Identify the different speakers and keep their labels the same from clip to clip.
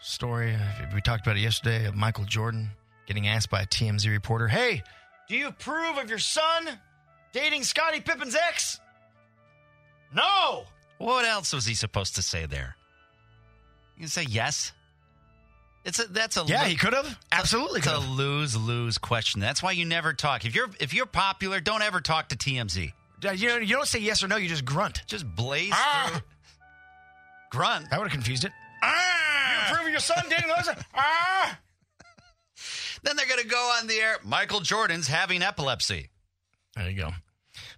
Speaker 1: story. We talked about it yesterday of Michael Jordan getting asked by a TMZ reporter, Hey, do you approve of your son dating Scottie Pippen's ex? No!
Speaker 2: What else was he supposed to say there? You can say yes. It's a that's a
Speaker 1: Yeah,
Speaker 2: lo-
Speaker 1: he could have. Absolutely
Speaker 2: It's
Speaker 1: could
Speaker 2: a
Speaker 1: have.
Speaker 2: lose lose question. That's why you never talk. If you're if you're popular, don't ever talk to TMZ.
Speaker 1: Yeah, Uh, You, know, you don't say yes or no, you just grunt.
Speaker 2: Just blaze
Speaker 1: Ah!
Speaker 2: through. Grunt.
Speaker 1: That would have confused it. Ah! You approve of your son dating Eliza? ah!
Speaker 2: Then they're gonna go on the air. Michael Jordan's having epilepsy.
Speaker 1: There you go.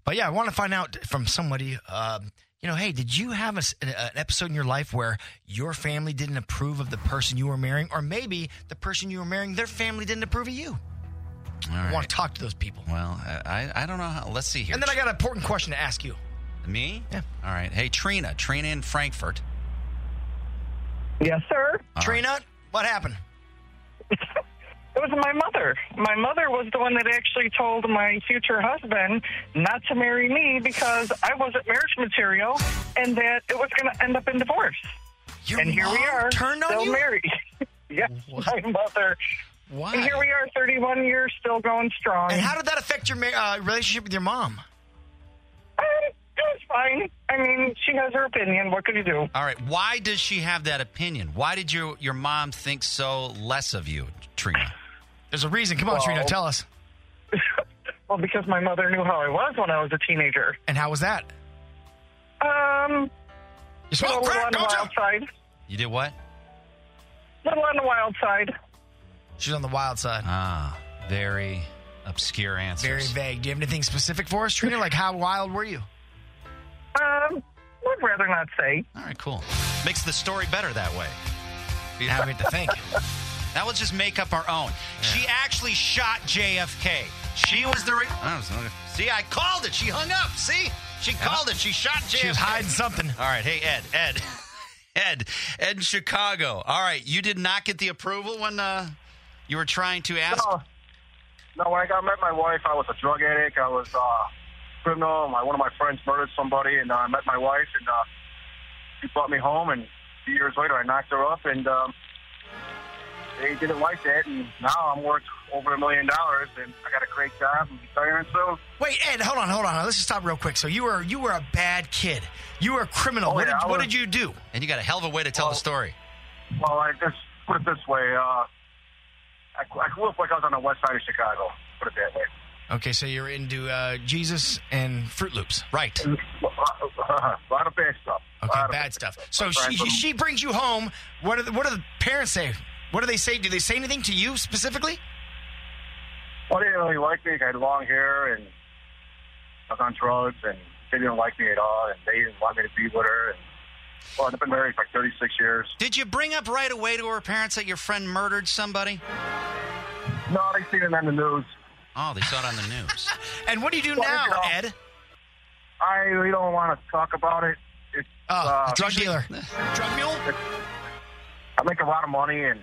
Speaker 1: But yeah, I want to find out from somebody. Um, you know, hey, did you have a s an, an episode in your life where your family didn't approve of the person you were marrying, or maybe the person you were marrying, their family didn't approve of you?
Speaker 2: All
Speaker 1: I
Speaker 2: right.
Speaker 1: want to talk to those people.
Speaker 2: well, I I I don't know how. Let's see here.
Speaker 1: And then I got an important question to ask you.
Speaker 2: me.
Speaker 1: Yeah.
Speaker 2: All right. Hey, Trina. Trina in Frankfurt.
Speaker 3: Yes, sir.
Speaker 2: All
Speaker 1: Trina, what happened?
Speaker 3: It was my mother. My mother was the one that actually told my future husband not to marry me because I wasn't marriage material and that it was going to end up in divorce.
Speaker 1: Your
Speaker 3: And here we
Speaker 1: mom
Speaker 3: are,
Speaker 1: Turned on
Speaker 3: still
Speaker 1: you.
Speaker 3: married. yes, my mother.
Speaker 2: Why?
Speaker 3: And here we are, 31 years, still going strong.
Speaker 1: And how did that affect your ma- uh, relationship with your mom?
Speaker 3: Um, it was fine. I mean, she has her opinion. What could you do?
Speaker 2: All right. Why does she have that opinion? Why did your your mom think so less of you, Trina?
Speaker 1: There's a reason. Come on, Trina,
Speaker 3: Well-
Speaker 1: tell us.
Speaker 3: Well, because my mother knew how I was when I was a teenager.
Speaker 1: And how was that?
Speaker 3: Um,
Speaker 1: You
Speaker 3: a
Speaker 1: smell
Speaker 3: little
Speaker 1: crack,
Speaker 3: on the
Speaker 1: don't
Speaker 3: wild
Speaker 1: you?
Speaker 3: side.
Speaker 2: You did what?
Speaker 3: Little on the wild side.
Speaker 1: She's on the wild side.
Speaker 2: Ah, very obscure answers.
Speaker 1: Very vague. Do you have anything specific for us, Trina? Like, how wild were you?
Speaker 3: Um, I'd rather not say.
Speaker 2: All right, cool. Makes the story better that way.
Speaker 1: Now we have to think.
Speaker 2: That was just make up our own. She actually shot JFK. She was the. Re- Oh, I was- See, I called it. She hung up. See, she called it. She shot JFK.
Speaker 1: She was hiding something.
Speaker 2: All right, hey Ed, Ed, Ed, Ed in Chicago. All right, you did not get the approval when uh, you were trying to ask.
Speaker 4: No. Oh. No, when I got met my wife, I was a drug addict. I was uh, criminal. My, one of my friends murdered somebody, and uh, I met my wife, and uh, she brought me home. And a few years later, I knocked her up, and um, they didn't like that. And now I'm worth over a million dollars, and I got a great job. I'm retiring soon.
Speaker 1: Wait, Ed, hold on, hold on. Let's just stop real quick. So you were you were a bad kid. You were a criminal.
Speaker 4: Oh,
Speaker 1: what
Speaker 4: yeah,
Speaker 1: did
Speaker 4: I
Speaker 1: what
Speaker 4: was-
Speaker 1: did you do?
Speaker 2: And you got a hell of a way to tell the story.
Speaker 4: Well, I just put it this way. Uh, I, I grew up like I was on the west side of Chicago. Put it that way.
Speaker 1: Okay, so you're into uh, Jesus and Fruit Loops.
Speaker 2: Right.
Speaker 4: A lot of bad stuff. A
Speaker 1: Okay,
Speaker 4: lot of
Speaker 1: bad stuff. So
Speaker 4: My
Speaker 1: she
Speaker 4: friends were-
Speaker 1: she brings you home. What do the, what do the parents say? What do they say? Do they say anything to you specifically?
Speaker 4: Well, they didn't really like me. I had long hair and I was on drugs, and they didn't like me at all, and they didn't want me to be with her. And, well, I've been married for like 36 years.
Speaker 2: Did you bring up right away to her parents that your friend murdered somebody?
Speaker 4: No, they seen it on the news.
Speaker 2: Oh, they saw it on the news.
Speaker 1: And what do you do
Speaker 4: Well,
Speaker 1: now,
Speaker 4: you know,
Speaker 1: Ed?
Speaker 4: I really don't want to talk about it. It's,
Speaker 1: Oh,
Speaker 4: uh,
Speaker 1: drug dealer, drug mule.
Speaker 4: I make a lot of money, and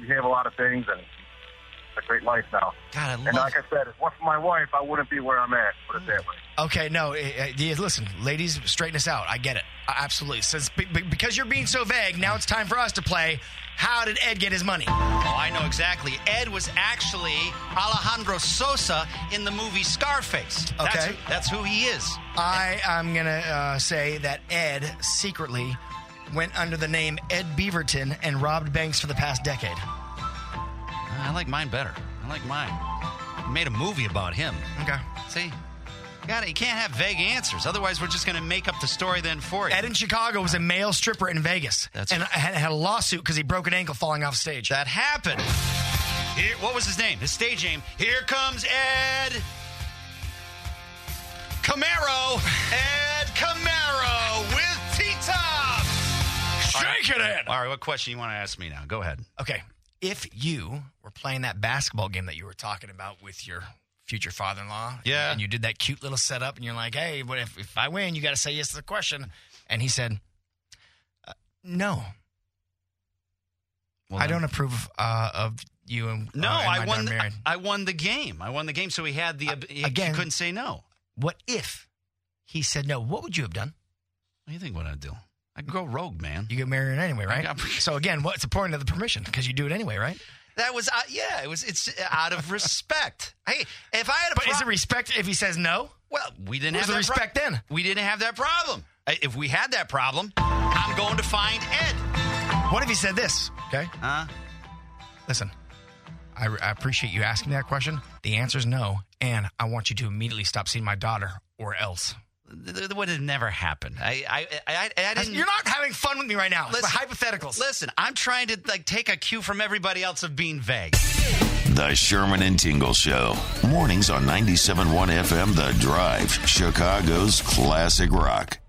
Speaker 4: we have a lot of things, and it's a great life now.
Speaker 2: God, I
Speaker 4: And
Speaker 2: love.
Speaker 4: like I said, if it wasn't for my wife, I wouldn't be where I'm at. Put it that way.
Speaker 1: Okay, no, eh, eh, yeah, listen, ladies, straighten us out. I get it, I- absolutely. Since be- be- because you're being so vague, now it's time for us to play. How did Ed get his money?
Speaker 2: Oh, I know exactly. Ed was actually Alejandro Sosa in the movie Scarface. That's
Speaker 1: Okay.
Speaker 2: who, that's who he is.
Speaker 1: I am gonna uh, say that Ed secretly went under the name Ed Beaverton and robbed banks for the past decade.
Speaker 2: I like mine better. I like mine. Made a movie about him.
Speaker 1: Okay.
Speaker 2: See? Got it. You can't have vague answers. Otherwise, we're just going to make up the story then for you.
Speaker 1: Ed in Chicago was a male stripper in Vegas,
Speaker 2: That's-
Speaker 1: and had, had a lawsuit because he broke an ankle falling off stage.
Speaker 2: that happened. Here, what was his name? His stage name. Here comes Ed Camaro. Ed Camaro with T-Top.
Speaker 1: Shake get it.
Speaker 2: All right, what question you want to ask me now? Go ahead.
Speaker 1: Okay. If you were playing that basketball game that you were talking about with your future father in law,
Speaker 2: Yeah.
Speaker 1: and you did that cute little setup, and you're like, hey, what if, if I win, you got to say yes to the question. And he said, uh, no,
Speaker 2: Well,
Speaker 1: I
Speaker 2: then-
Speaker 1: don't approve uh, of you and
Speaker 2: No,
Speaker 1: uh, and my
Speaker 2: I won.
Speaker 1: daughter
Speaker 2: The,
Speaker 1: marrying."
Speaker 2: I won the game. I won the game, so he had the
Speaker 1: Uh,
Speaker 2: ab- he,
Speaker 1: again-
Speaker 2: He couldn't say no.
Speaker 1: what if he said no? What would you have done?
Speaker 2: What do you think? What I do? I go rogue, man.
Speaker 1: You get married anyway, right?
Speaker 2: got-
Speaker 1: so again, what's the point of the permission? Because you do it anyway, right?
Speaker 2: That was uh, yeah. It was. It's out of respect. Hey, if I had a
Speaker 1: But is it
Speaker 2: pro-
Speaker 1: respect if he says no?
Speaker 2: well, we didn't
Speaker 1: Where's
Speaker 2: have
Speaker 1: the
Speaker 2: that pro-
Speaker 1: respect then?
Speaker 2: we didn't have that problem. Uh, If we had that problem, I'm going to find Ed.
Speaker 1: What if he said this? Okay,
Speaker 2: Huh?
Speaker 1: listen. I, I appreciate you asking that question. The answer is no, and I want you to immediately stop seeing my daughter, or else.
Speaker 2: Th- th- That would have never happened. I I I, I, I didn't.
Speaker 1: You're not having fun with me right now. It's
Speaker 2: Listen.
Speaker 1: hypotheticals.
Speaker 2: Listen, I'm trying to like take a cue from everybody else of being vague.
Speaker 5: The Sherman and Tingle Show. Mornings on 97.1 FM The Drive, Chicago's classic rock.